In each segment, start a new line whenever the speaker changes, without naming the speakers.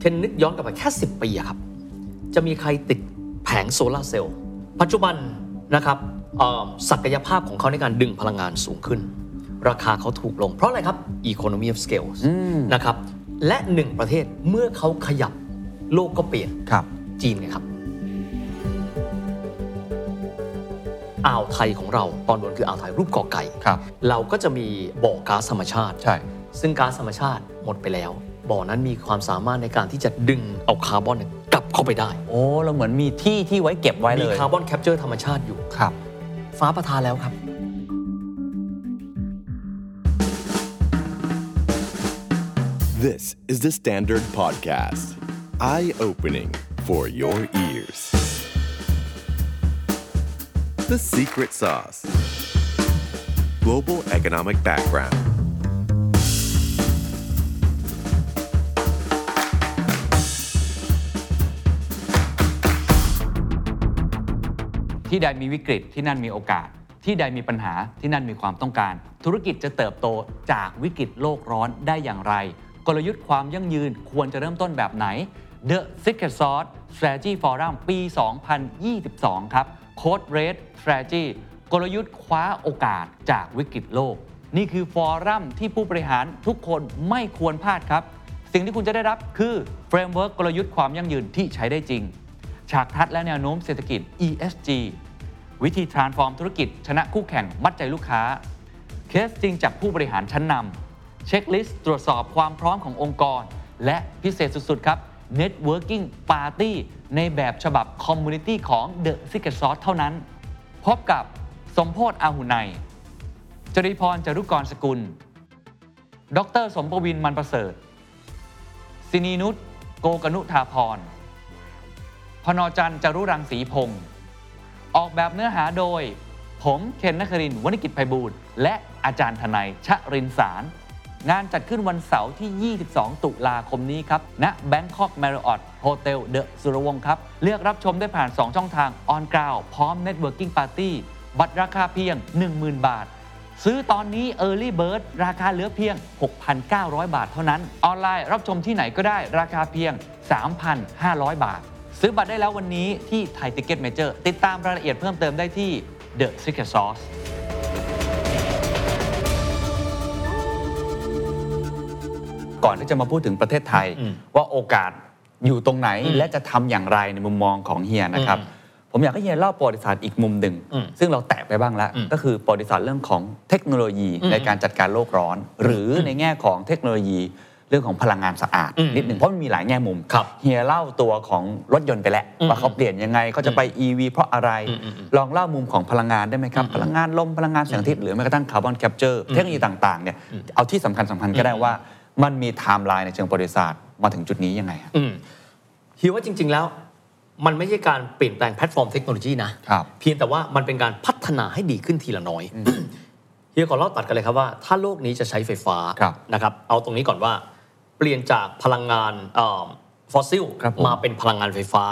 เคนนึกย้อนกลับไปแค่ 10 ปีอะครับ จะมีใครติดแผงโซลาร์เซลล์ปัจจุบันนะครับเอ่อศักยภาพของเขาในการดึงพลังงานสูงขึ้น ราคาเขาถูกลง เพราะอะไรครับ economy of scale
อืม
นะครับและหนึ่งประเทศเมื่อเขาขยับโลกก็เปลี่ยน
ครับ
จีนไงครับ อ่าวไทยของเราตอนบนคืออ่าวไทยรูปกอไก่
ครับ
เราก็จะมีบ่อก๊าซธรรมชาติ
ใช่
ซึ่งก๊าซธรรมชาติหมดไปแล้ว บ่อนั้นมีความสามารถในการที่จะดึงเอาคาร์บอนเนี่ยกลับเข้าไปได้
โอ้ เราเหมือนมีที่ที่ไว้เก็บไว้เล
มี
ย
คาร์บอนแคปเจอร์ธรรมชาติอยู่
ครับ
ฟ้าประทานแล้วครับ
This is the Standard Podcast. Eye opening for your ears. The Secret Sauce Global Economic Background.
ที่ใดมีวิกฤตที่นั่นมีโอกาส ที่ใดมีปัญหาที่นั่นมีความต้องการ ธุรกิจจะเติบโตจากวิกฤตโลกร้อนได้อย่างไร กลยุทธ์ความยั่งยืนควรจะเริ่มต้นแบบไหน The Secret Sauce Strategy Forum ปี 2022 ครับ Code Red Strategy กลยุทธ์คว้าโอกาสจากวิกฤตโลก นี่คือฟอรัมที่ผู้บริหารทุกคนไม่ควรพลาดครับ สิ่งที่คุณจะได้รับคือเฟรมเวิร์กกลยุทธ์ความยั่งยืนที่ใช้ได้จริง ฉากทัศน์และแนวโน้มเศรษฐกิจ ESG วิธี transform ธุรกิจ ชนะคู่แข่งมัดใจลูกค้า เคสจริงจากผู้บริหารชั้นนำเช็คลิสต์ตรวจสอบความพร้อมขององค์กร และพิเศษสุด ๆ ครับ Networking Party ในแบบฉบับ Community ของ The Secret Sauce เท่านั้น พบกับสมโพศอาหุไนยจริพรจารุกรสกุล ดร สมประวินมันประเสริฐสินีนุชโกกนุธาพร พนจันทร์จารุรังสีพงศ์ออกแบบเนื้อหาโดย ผมเคนนักครินทร์วณิกิจไพบูลย์และอาจารย์ทนายชะรินสาร งานจัดขึ้นวันเสาร์ที่ 22 ตุลาคมนี้ครับ ณ Bangkok Marriott Hotel The สุรวงศ์ครับ เลือกรับชมได้ผ่าน 2 ช่องทาง On Ground พร้อม Networking Party บัตรราคาเพียง 10,000 บาท ซื้อตอนนี้ Early Bird ราคาเหลือเพียง 6,900 บาทเท่านั้น ออนไลน์รับชมที่ไหนก็ได้ราคาเพียง 3,500 บาท ซื้อบัตรได้แล้ววันนี้ที่ไทยติเก็ตเมเจอร์ติดตามรายละเอียดเพิ่มเติมได้ที่ The Secret Sauce
ก่อนที่จะมาพูดถึงประเทศไทย
อืม
ว่าโอกาสอยู่ตรงไหน
อืม
และจะทำอย่างไรในมุมมองของเฮียนะครับ
อืม
ผมอยากให้เฮียเล่าประวัติศาสตร์อีกมุมหนึ่ง
อืม
ซึ่งเราแตะไปบ้างแล้ว
อืม
ก็คือประวัติศาสตร์เรื่องของเทคโนโลยี
อืม
ในการจัดการโลกร้อน หรืออ
ม
ในแง่ของเทคโนโลยีเรื่องของพลังงานสะอาด
อืม
นิดหนึ่งเพราะมันมีหลายแง่มุม
ครับ
เฮียเล่าตัวของรถยนต์ไปแล้ว
อืม
ว่าเขาเปลี่ยนยังไงเขาจะไป EV เพราะอะไร
อืมอืมอืม
ลองเล่ามุมของพลังงานได้ไหมครับ
อืม
พลังงานลมพลังงานแสงอาทิตย์หรือแม้กระทั่งคาร์บอนแคปเจอร์เทคโนโลยีต่างๆเนี่ยเอาที่สำคัญสคัญๆก็ได้
อืม
ว่า มันมีไทม์ไลน์ในเชิงประวัติศาสตร์มาถึงจุดนี้ยังไงฮะ
อืมคิดว่าจริง ๆ แล้ว มันไม่ใช่การเปลี่ยนแปลงแพลตฟอร์มเทคโนโลยีนะ
ครับ
เพียงแต่ว่ามันเป็นการพัฒนาให้ดีขึ้นทีละน้อย เฮียขอเล่าตัดกันเลยครับว่า ถ้าโลกนี้จะใช้ไฟฟ้า
ครับ
นะครับ เอาตรงนี้ก่อนว่า เปลี่ยนจากพลังงานฟอสซิล
ครับผม
มาเป็นพลังงานไฟฟ้า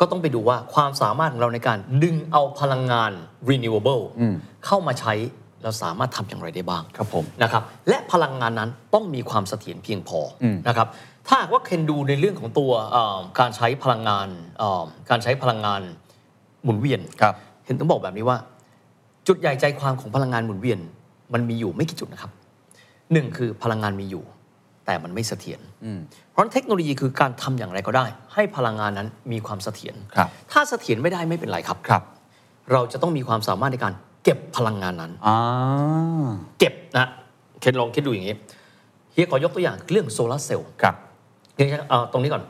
ก็ต้องไปดูว่าความสามารถของเราในการดึงเอาพลังงาน renewable เข้ามาใช้เราสามารถทำอย่างไรได้บ้าง
ครับผม
นะครับและพลังงานนั้นต้องมีความเสถียรเพียงพออ
ม
นะครับถ้าหากว่าเคนดูในเรื่องของตัวเอ่อการใช้พลังงานเอ่อการใช้พลังงานหมุนเวียน
ครับ
เห็นต้องบอกแบบนี้ว่า จุดใหญ่ใจความของพลังงานหมุนเวียน มันมีอยู่ไม่กี่จุดนะครับหนึ่งคือพลังงานมีอยู่ แต่มันไม่เสถียร
อืม
เพราะฉะนั้นเทคโนโลยีคือการทำอย่างไรก็ได้ ให้พลังงานนั้นมีความเสถียร
ครับ
ถ้าเสถียรไม่ได้ไม่เป็นไรครับ
ครับ
เราจะต้องมีความสามารถในการเก็บพลังงานนั้น
อ่า
เก็บนะเคนลองคิดดูอย่างนี้ เฮียขอยกตัวอย่างเรื่องโซลาร์เซลล์
ครับ
เฮียเอาตรงนี้ก่อน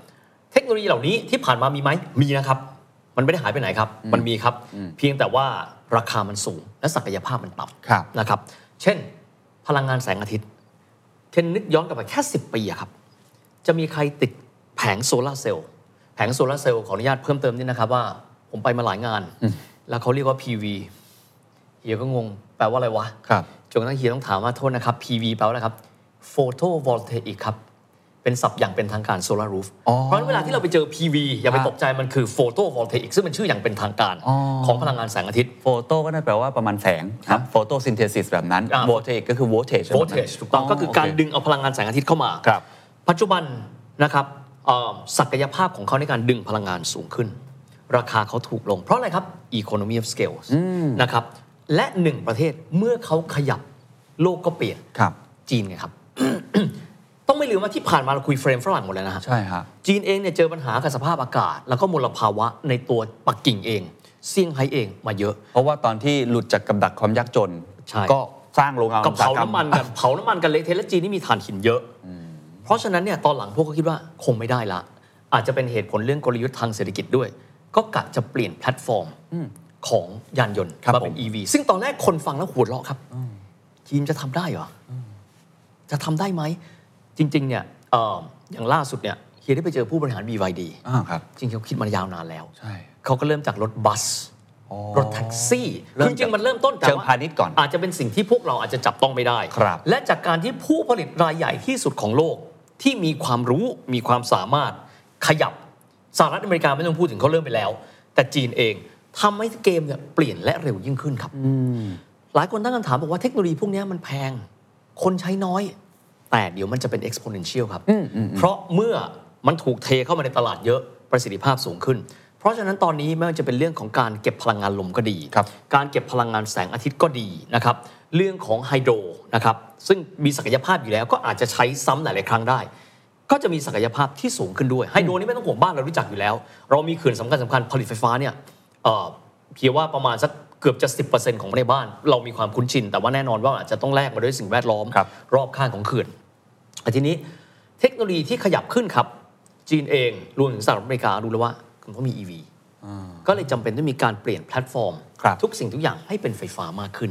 เทคโนโลยีเหล่านี้ที่ผ่านมามีไหม มีนะครับ มันไม่ได้หายไปไหนครับ มันมีครับ เพียงแต่ว่าราคามันสูง และศักยภาพมันต่
ครับ
ำนะครับ เช่น พลังงานแสงอาทิตย์ เคนนึกย้อนกลับไปแค่ 10 ปีอะครับ จะมีใครติดแผงโซลาร์เซลล์ แผงโซลาร์เซลล์ขออนุญาตเพิ่มเติมนิดนะครับว่า ผมไปมาหลายงาน แล้วเขาเรียกว่า PV เฮียก็งง แปลว่าอะไรวะ
ครับ
จนกระทั่งเฮียต้องถามว่าโทษนะครับ PV แปลว่าอะไรครับ Photo Voltaic ครับ เป็นศัพท์อย่างเป็นทางการ Solar Roof
อ๋อ
เพราะฉะนั้นเวลาที่เราไปเจอ PV อย่า
ค
ไป
รับ
ตกใจมันคือ Photo Voltaic ซึ่งเป็นชื่ออย่างเป็นทางการ
อ๋อ
ของพลังงานแสงอาทิตย์
โฟโต้ก็น่าแปลว่าประมาณแสง
ครับ
โฟโตซินเทซิสแบบนั้น
อ่า
โวลเทกก็คือโวลเทจ
Voltage ถูกต้องก็คือการดึงเอาพลังงานแสงอาทิตย์เข้ามา
ครับ
ปัจจุบันนะครับ เอ่อศักยภาพของเขาในการดึงพลังงานสูงขึ้น ราคาเขาถูกลง เพราะอะไรครับ economy of scale นะครับและหนึ่งประเทศเมื่อเขาขยับโลกก็เปลี่ยน
ครับ
จีนไงครับ ต้องไม่ลืมว่าที่ผ่านมาเราคุยเฟรมฝรั่งหมดแล้วนะฮะ
ใช่ฮะ
จีนเองเนี่ยเจอปัญหากับสภาพอากาศ แล้วก็มลภาวะในตัวปักกิ่งเองเซี่ยงไฮ้เองมาเยอะ
เพราะว่าตอนที่หลุดจากกับดักความยากจน
ใช่
ก็สร้างโรงงาน
กับ
อุตสาห
เผาก
รรม
น้ำมัน กันเผาน้ำมันกันเละเทะและจีนนี่มีถ่านหินเยอะ เพราะฉะนั้นเนี่ยตอนหลังพวกเขาคิดว่าคงไม่ได้ละ อาจจะเป็นเหตุผลเรื่องกลยุทธ์ทางเศรษฐกิจด้วย ก็กะจะเปลี่ยนแพลตฟอร์มของยานยนต์มาเป็น EV ซึ่งตอนแรกคนฟังแล้วหัวเราะครับจีนจะทำได้เหรออจะทำได้ไหม จริง ๆ เนี่ยเอ่ออย่างล่าสุดเนี่ยเฮียได้ไปเจอผู้บริหาร BYD
อ่าครับ
จริงๆเขาคิดมายาวนานแล้ว
ใช่
เขาก็เริ่มจากรถบัส
อ๋อ
รถแท็กซี่
เริ่ม
คือจริงๆ มันเริ่มต้นแต่
เชิงพาณิชย์ก่อน
อาจจะเป็นสิ่งที่พวกเราอาจจะจับต้องไม่ได้
ครับ
และจากการที่ผู้ผลิตรายใหญ่ที่สุดของโลกที่มีความรู้มีความสามารถขยับสหรัฐอเมริกาไม่ต้องพูดถึงเขาเริ่มไปแล้ว แต่จีนเองทำให้เกมเนี่ยเปลี่ยนและเร็วยิ่งขึ้นครับ หลายคนตั้งคำถามบอกว่าเทคโนโลยีพวกเนี้ยมันแพง คนใช้น้อย แต่เดี๋ยวมันจะเป็น exponential ครับ เพราะเมื่อมันถูกเทเข้ามาในตลาดเยอะประสิทธิภาพสูงขึ้น เพราะฉะนั้นตอนนี้ไม่ว่าจะเป็นเรื่องของการเก็บพลังงานลมก็ดี
ครับ
การเก็บพลังงานแสงอาทิตย์ก็ดีนะครับ เรื่องของไฮโดรนะครับ ซึ่งมีศักยภาพอยู่แล้วก็อาจจะใช้ซ้ำหลาย ๆ ครั้งได้ ก็จะมีศักยภาพที่สูงขึ้นด้วย ไฮโดรนี่ไม่ต้องห่วงบ้านเรารู้จักอยู่แล้ว เรามีเขื่อนสำคัญสำคัญๆผลิตไฟฟ้าเนี่ยเอ่อเพียงว่าประมาณสักเกือบจะ 10%ของในบ้าน เรามีความคุ้นชิน แต่ว่าแน่นอนว่าอาจจะต้องแลกมาด้วยสิ่งแวดล้อม
ครับ
อบข้างของเขื่อน แต่ทีนี้เทคโนโลยีที่ขยับขึ้นครับ จีนเองรวมถึงสหรัฐอเมริการู้แล้วว่าคุณต้องมี EV ก็เลยจำเป็นต้องมีการเปลี่ยนแพลตฟอร์ม
ครับ
ทุกสิ่งทุกอย่างให้เป็นไฟฟ้ามากขึ้น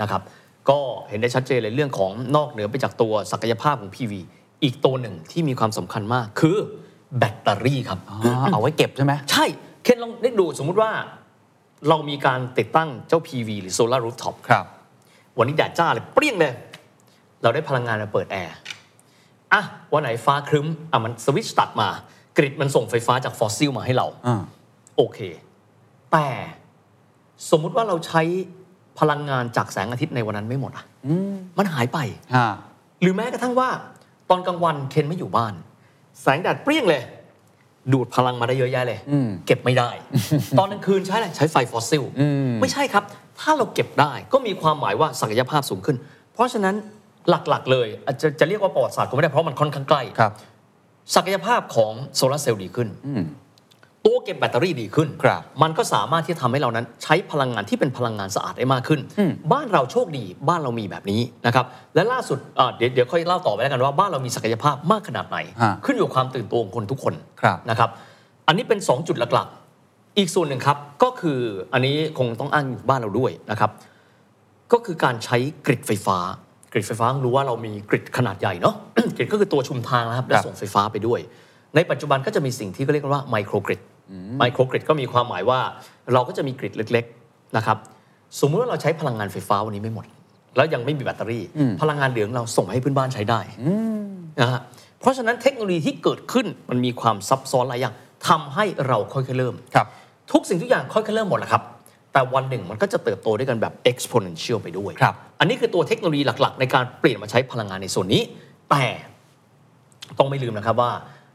นะครับ ก็เห็นได้ชัดเจนเลยเรื่องของนอกเหนือไปจากตัวศักยภาพของ PV อีกตัวหนึ่งที่มีความสำคัญมากคือแบตเตอรี่ครับ
อ๋อเอาไว้เก็บใช่ไหม
ใช่ เคนลองนึกดูสมมุติว่าเรามีการติดตั้งเจ้า PV หรือ Solar Rooftop
ครับ
วันนี้แดดจ้าเลยเปรี้ยงเลย เราได้พลังงานมาเปิดแอร์ อ่ะ วันไหนฟ้าครึ้ม อ่ะ มันสวิตช์ตัดมา กริดมันส่งไฟฟ้าจากฟอสซิลมาให้เรา
อ่า
โอเค แต่สมมุติว่าเราใช้พลังงานจากแสงอาทิตย์ในวันนั้นไม่หมดอ่ะมันหายไป
ฮะ
หรือแม้กระทั่งว่า ตอนกลางวันเคนไม่อยู่บ้าน แสงแดดเปรี้ยงเลย ดูดพลังมาได้เยอะแยะเลย
อืม
เก็บไม่ ได้ ตอนกลางคืนใช้อะไรใช้ไฟฟอสซิล
อืม
ไม่ใช่ครับ ถ้าเราเก็บได้ก็มีความหมายว่าศักยภาพสูงขึ้น เพราะฉะนั้นหลักๆ เลยอาจจะจะเรียกว่าประวัติศาสตร์ก็ไม่ได้เพราะมันค่อนข้างใกล้
ครับ
ศักยภาพของโซลาร์เซลล์ดีขึ้น
อืม
ตัวเก็บแบตเตอรี่ดีขึ้น
ครับ
มันก็สามารถที่จะทำให้เรานั้นใช้พลังงานที่เป็นพลังงานสะอาดได้มากขึ้น
อืม
บ้านเราโชคดี บ้านเรามีแบบนี้นะครับ และล่าสุดอ่ะเดี๋ยวเดี๋ยวค่อยเล่าต่อไปแล้วกันว่าบ้านเรามีศักยภาพมากขนาดไหน
ฮะ
ขึ้นอยู่กับความตื่นตัวของคนทุกคน
ครับ
นะครับ อันนี้เป็น 2 จุดหลักๆ อีกส่วนหนึ่งครับ ก็คืออันนี้คงต้องอ้างบ้านเราด้วยนะครับ ก็คือการใช้กริดไฟฟ้า กริดไฟฟ้ารู้ว่าเรามีกริดขนาดใหญ่เนาะ กริดก็คือตัวชุมทางนะครับและส่งไฟฟ้าไปด้วย ในปัจจุบันก็จะมีสิ่งที่เขาเรียกกันว่าไมโครกริดไมโครกริดก็มีความหมายว่า เราก็จะมีกริดเล็กๆนะครับสมมุติว่าเราใช้พลังงานไฟฟ้าวันนี้ไม่หมด แล้วยังไม่มีแบตเตอรี่ พลังงานเหลืองเราส่งให้เพื่อนบ้านใช้ได้นะฮะเพราะฉะนั้นเทคโนโลยีที่เกิดขึ้นมันมีความซับซ้อนหลายอย่างทำให้เราค่อยๆเริ่ม
ครับ
ทุกสิ่งทุกอย่างค่อยๆเริ่มหมดแหละครับ แต่วันหนึ่งมันก็จะเติบโตด้วยกันแบบ exponential ไปด้วย
ครับ
อันนี้คือตัวเทคโนโลยีหลักๆ ในการเปลี่ยนมาใช้พลังงานในส่วนนี้ แต่ต้องไม่ลืมนะครับว่า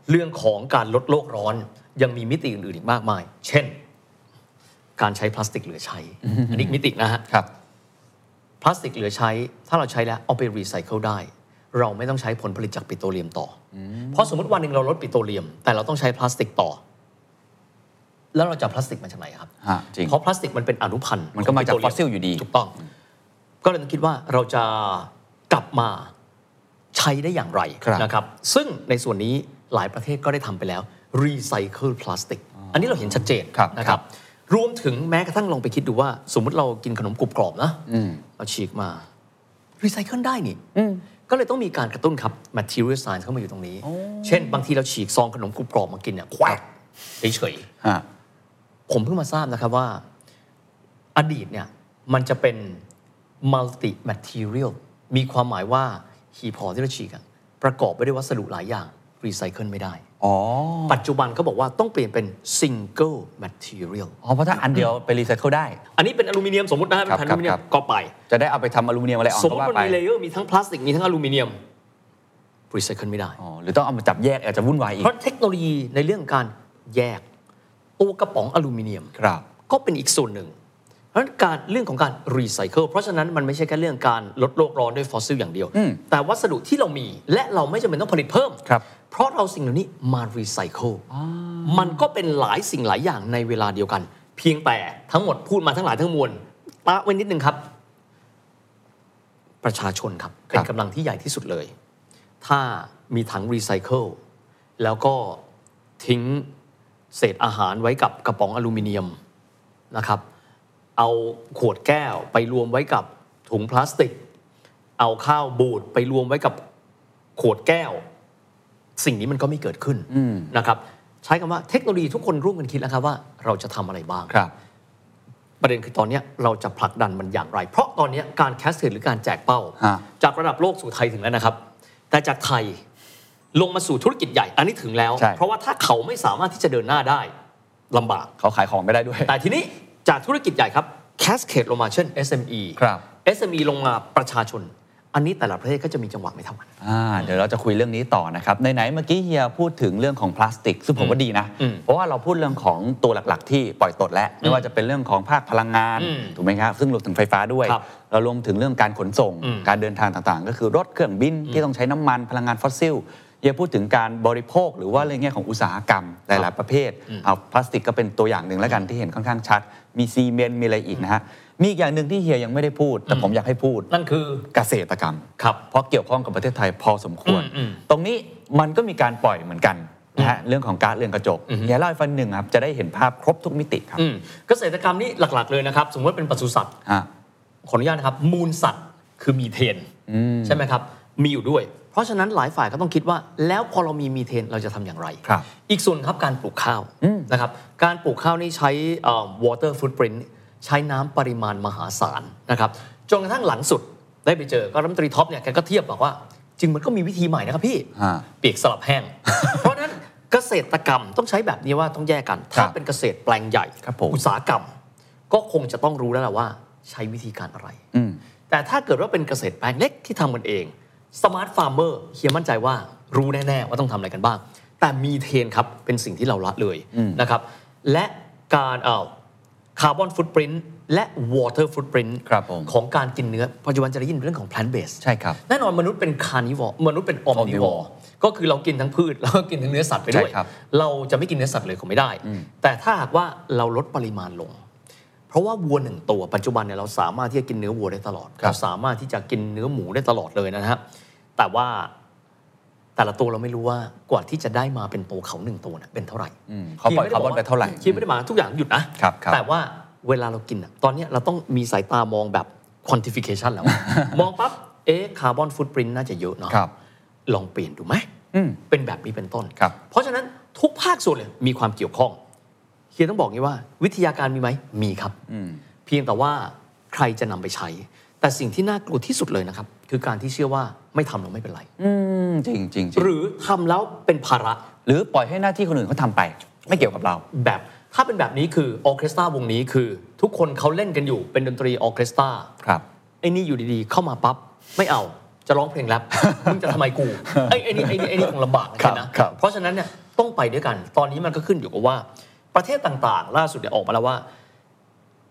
เรื่องของการลดโลกร้อนยังมีมิติอื่นๆอีกมากมาย เช่น การใช้พลาสติกเหลือใช้ อันนี้มิตินะฮะ
ครับ
พลาสติกเหลือใช้ ถ้าเราใช้แล้วเอาไปรีไซเคิลได้ เราไม่ต้องใช้ผลผลิตจากปิโตรเลียมต่ออเพราะสมมติวันหนึ่งเราลดปิโตรเลียม แต่เราต้องใช้พลาสติกต่อ แล้วเราจะเอาพลาสติกมาจากไหนครับ
ฮะจริง
เพราะพลาสติกมันเป็นอนุพันธ์
มันก็มาจาก
ขง
ฟอสซิลอยู่ดี
ถูกต้อง ก็เลยต้องคิดว่าเราจะกลับมาใช้ได้อย่างไร
ครับ
นะครับ ซึ่งในส่วนนี้หลายประเทศก็ได้ทำไปแล้วรีไซเคิลพลาสติก อันนี้เราเห็นชัดเจนนะครับ รวมถึงแม้กระทั่งลองไปคิดดูว่า สมมุติเรากินขนมกรุบกรอบนะ เอาฉีกมารีไซเคิลได้นี่ก็เลยต้องมีการกระตุ้นครับ material science เข้ามาอยู่ตรงนี้ เช่น บางทีเราฉีกซองขนมกรุบกรอบมากินเนี่ยแควกเฉยๆ
ฮะ
ผมเพิ่งมาทราบนะครับว่าอดีตเนี่ยมันจะเป็น multi material มีความหมายว่าหีบห่อที่เราฉีกอะประกอบไปด้วยวัสดุหลายอย่างรีไซเคิลไม่ได้
อ๋อ
ปัจจุบันเขาบอกว่าต้องเปลี่ยนเป็น single material
อ๋อ เพราะถ้าอันเดียวไปรีไซเคิลได้
อันนี้เป็นอลูมิเนียมสมมตินะฮะเป็นแผ่นอลูมิเนียม
ครับ
ก็ไป
จะได้เอาไปทำอลูมิเนียมอะไรออก
สมม
ก็
ติ
ว่า
มัน
ไป
มีเลเยอร์มีทั้งพลาสติกมีทั้งอลูมิเนียม รีไซเคิลไม่ได้
อ๋อหรือต้องเอามาจับแยกอาจจะวุ่นวายอีก
เพราะเทคโนโลยีในเรื่องการแยกตัวกระป๋องอลูมิเนียม
ครับ
ก็เป็นอีกส่วนหนึ่ง เพราะฉะนั้นการเรื่องของการรีไซเคิล เพราะฉะนั้นมันไม่ใช่แค่เรื่องการลดโลกร้อนด้วยฟอสซิลอย่างเดียว
อืม
แต่วัสดุที่เรามีและเราไม่จำเป็นต้องผลิตเพิ่ม
ครับ
เพราะเราสิ่งเหล่านี้มารีไซเคิล มันก็เป็นหลายสิ่งหลายอย่างในเวลาเดียวกัน เพียงแต่ทั้งหมดพูดมาทั้งหลายทั้งมวลปะไว้นิดนึงครับ ประชาชนครับ
ครับ
เป็นกำลังที่ใหญ่ที่สุดเลย ถ้ามีถังรีไซเคิลแล้วก็ทิ้งเศษอาหารไว้กับกระป๋องอลูมิเนียมนะครับ เอาขวดแก้วไปรวมไว้กับถุงพลาสติก เอาข้าวบูดไปรวมไว้กับขวดแก้ว สิ่งนี้มันก็ไม่เกิดขึ้น
อืม
นะครับใช้คำว่าเทคโนโลยีทุกคนร่วมกันคิดแล้วครับว่าเราจะทำอะไรบ้าง
ครับ
ประเด็นคือตอนเนี้ยเราจะผลักดันมันอย่างไร เพราะตอนเนี้ยการแคสเซตหรือการแจกเป้า
ฮะ
จากระดับโลกสู่ไทยถึงแล้วนะครับ แต่จากไทยลงมาสู่ธุรกิจใหญ่อันนี้ถึงแล้ว
ใช่
เพราะว่าถ้าเขาไม่สามารถที่จะเดินหน้าได้ลำบาก
เขาขายของไม่ได้ด้วย
แต่ทีนี้จากธุรกิจใหญ่ครับแคสเคดลงมาเช่น SME
ครับ
SME ลงมาประชาชน อันนี้แต่ละประเทศก็จะมีจังหวะไม่เท่ากัน
อ่าเดี๋ยวเราจะคุยเรื่องนี้ต่อนะครับในไหนๆเมื่อกี้เฮียพูดถึงเรื่องของพลาสติก ซึ่งผมว่าดีนะ
อืม
เพราะว่าเราพูดเรื่องของตัวหลักๆ ที่ปล่อยตดแล้วไม่ว่าจะเป็นเรื่องของภาคพลังงาน
อืม
ถูกไหมครับซึ่งรวมถึงไฟฟ้าด้วย
ครับ
เรารวมถึงเรื่องการขนส่ง
อืม
การเดินทางต่างๆ ก็คือรถเครื่องบินที่ต้องใช้น้ำมันพลังงานฟอสซิลเฮียพูดถึงการบริโภค หรือว่าในแง่ของอุตสาหกรรม
ค
ห
รั
ลาย
บ
ๆประเภท
อืม
เอาพลาสติกก็เป็นตัวอย่างหนึ่งแล้วกันที่เห็นค่อนข้างชัด มีซีเมนต์มีอะไรอีกนะฮะมีอีกอย่างหนึ่งที่เฮียยังไม่ได้พูด แต่ผมอยากให้พูด
นั่นคือ
เกษตรกรรม
ครับ
เพราะเกี่ยวข้องกับประเทศไทยพอสมควร
อืมอืม
ตรงนี้มันก็มีการปล่อยเหมือนกันนะฮะเรื่องของการ์ดเรือนกระจก
อือฮึ
อย่าเล่าให้ฟังหนึ่งครับ จะได้เห็นภาพครบทุกมิติครับ
อืมเกษตรกรรมนี่หลักๆเลยนะครับ สมมติว่าเป็นปศุสัตว์
อ่ะ
ขออนุญาตนะครับ มูลสัตว์คือมีเทน
อืม
ใช่ไหมครับ มีอยู่ด้วย เพราะฉะนั้นหลายฝ่ายก็ต้องคิดว่า แล้วพอเรามีมีเทนเราจะทำอย่างไร
ครับ
อีกส่วนครับการปลูกข้าว
อืม
นะครับ การปลูกข้าวนี่ใช้เอ่อ water footprint ใช้น้ำปริมาณมหาศาลนะครับ จนกระทั่งหลังสุดได้ไปเจอ ก็รัฐมนตรีท็อปเนี่ยแกก็เทียบบอกว่า จึงมันก็มีวิธีใหม่นะครับพี่
อ่ะ
เปียกสลับ แห้ง เพราะฉะนั้นเกษตรกรรมต้องใช้แบบนี้ว่าต้องแยกกัน
ครั
ถ้า
บ
เป็นเกษตรแปลงใหญ่
ครับผม
อุตสาหกรรม ก็คงจะต้องรู้แล้วแหละว่าใช้วิธีการอะไร
อืม
แต่ถ้าเกิดว่าเป็นเกษตรแปลงเล็กที่ทำกันเองสมาร์ทฟาร์มเมอร์เฮียมั่นใจว่ารู้แน่ๆ ว่าต้องทำอะไรกันบ้าง แต่มีเทนครับ เป็นสิ่งที่เราละเลย
อืม
นะครับ และการเอ่อคาร์บอนฟุตปรินต์และวอเตอร์ฟุตปรินต์
ครับผม
ของการกินเนื้อ ปัจจุบันจะได้ยินเรื่องของ plant based
ใช่ครับ
แน่นอนมนุษย์เป็นคานิวอร์มนุษย์เป็นอ m มนิวอ
omnivore
ร์ก็คือเรากินทั้งพืช แล้วก็กินทั้งเนื้อสัตว์ไปด้วย
ใช่ครับ
เราจะไม่กินเนื้อสัตว์เลยคงไม่ได้
อืม
แต่ถ้าหากว่าเราลดปริมาณลง เพราะว่าวัวหนึ่งตัวปัจจุบันเนี่ยเราสามารถที่จะกินเนื้อวัวได้ตลอด
ครับ
เราสามารถที่จะกินเนื้อหมูได้ตลอดเลยนะฮะแต่ว่าแต่ละตัวเราไม่รู้ว่ากว่าที่จะได้มาเป็นตัวเขาหนึ่งตัวเนี่ยเป็นเท่าไหร่
อืมเขาปล่อยคาร์บอนไปเท่าไหร่
คิดไม่ได้หมายว่าทุกอย่างหยุดนะครับ
ครับ
แต่ว่าเวลาเรากินอะตอนเนี้ยเราต้องมีสายตามองแบบ quantification แล้ว มองปั๊บเอ๊ะคาร์บอนฟุตปรินน่าจะเยอะเนาะ
ครับ
ลองเปลี่ยนดูไหม
อืม
เป็นแบบนี้เป็นต้น
ครับ
เพราะฉะนั้นทุกภาคส่วนเลยมีความเกี่ยวข้อง เฮียต้องบอกงี้ว่า วิทยาการมีไหม มีครับ
อืม
เพียงแต่ว่าใครจะนำไปใช้ แต่สิ่งที่น่ากลัวที่สุดเลยนะครับ คือการที่เชื่อว่าไม่ทำเราไม่เป็นไร
อืม จริงๆจริง
หรือทำแล้วเป็นภาระ
หรือปล่อยให้หน้าที่คนอื่นเขาทำไป ไม่เกี่ยวกับเรา
แบบ ถ้าเป็นแบบนี้คือออร์เคสตราวงนี้คือ ทุกคนเขาเล่นกันอยู่เป็นดนตรีออร์เคสตรา
ครับ
ไอ้นี่อยู่ดีๆ เข้ามาปั๊บ ไม่เอาจะร้องเพลงแรป มึงจะทำไมกูไอ้ไอ้นี่ไอ้นี่ไอ้นี่คงลำบากเหมือนกันนะครับ เพราะฉะนั้นเนี่ยต้องไปด้วยกัน ตอนนี้มันก็ขึ้นอยู่กับว่าประเทศต่างๆ ล่าสุดเนี่ยออกมาแล้วว่า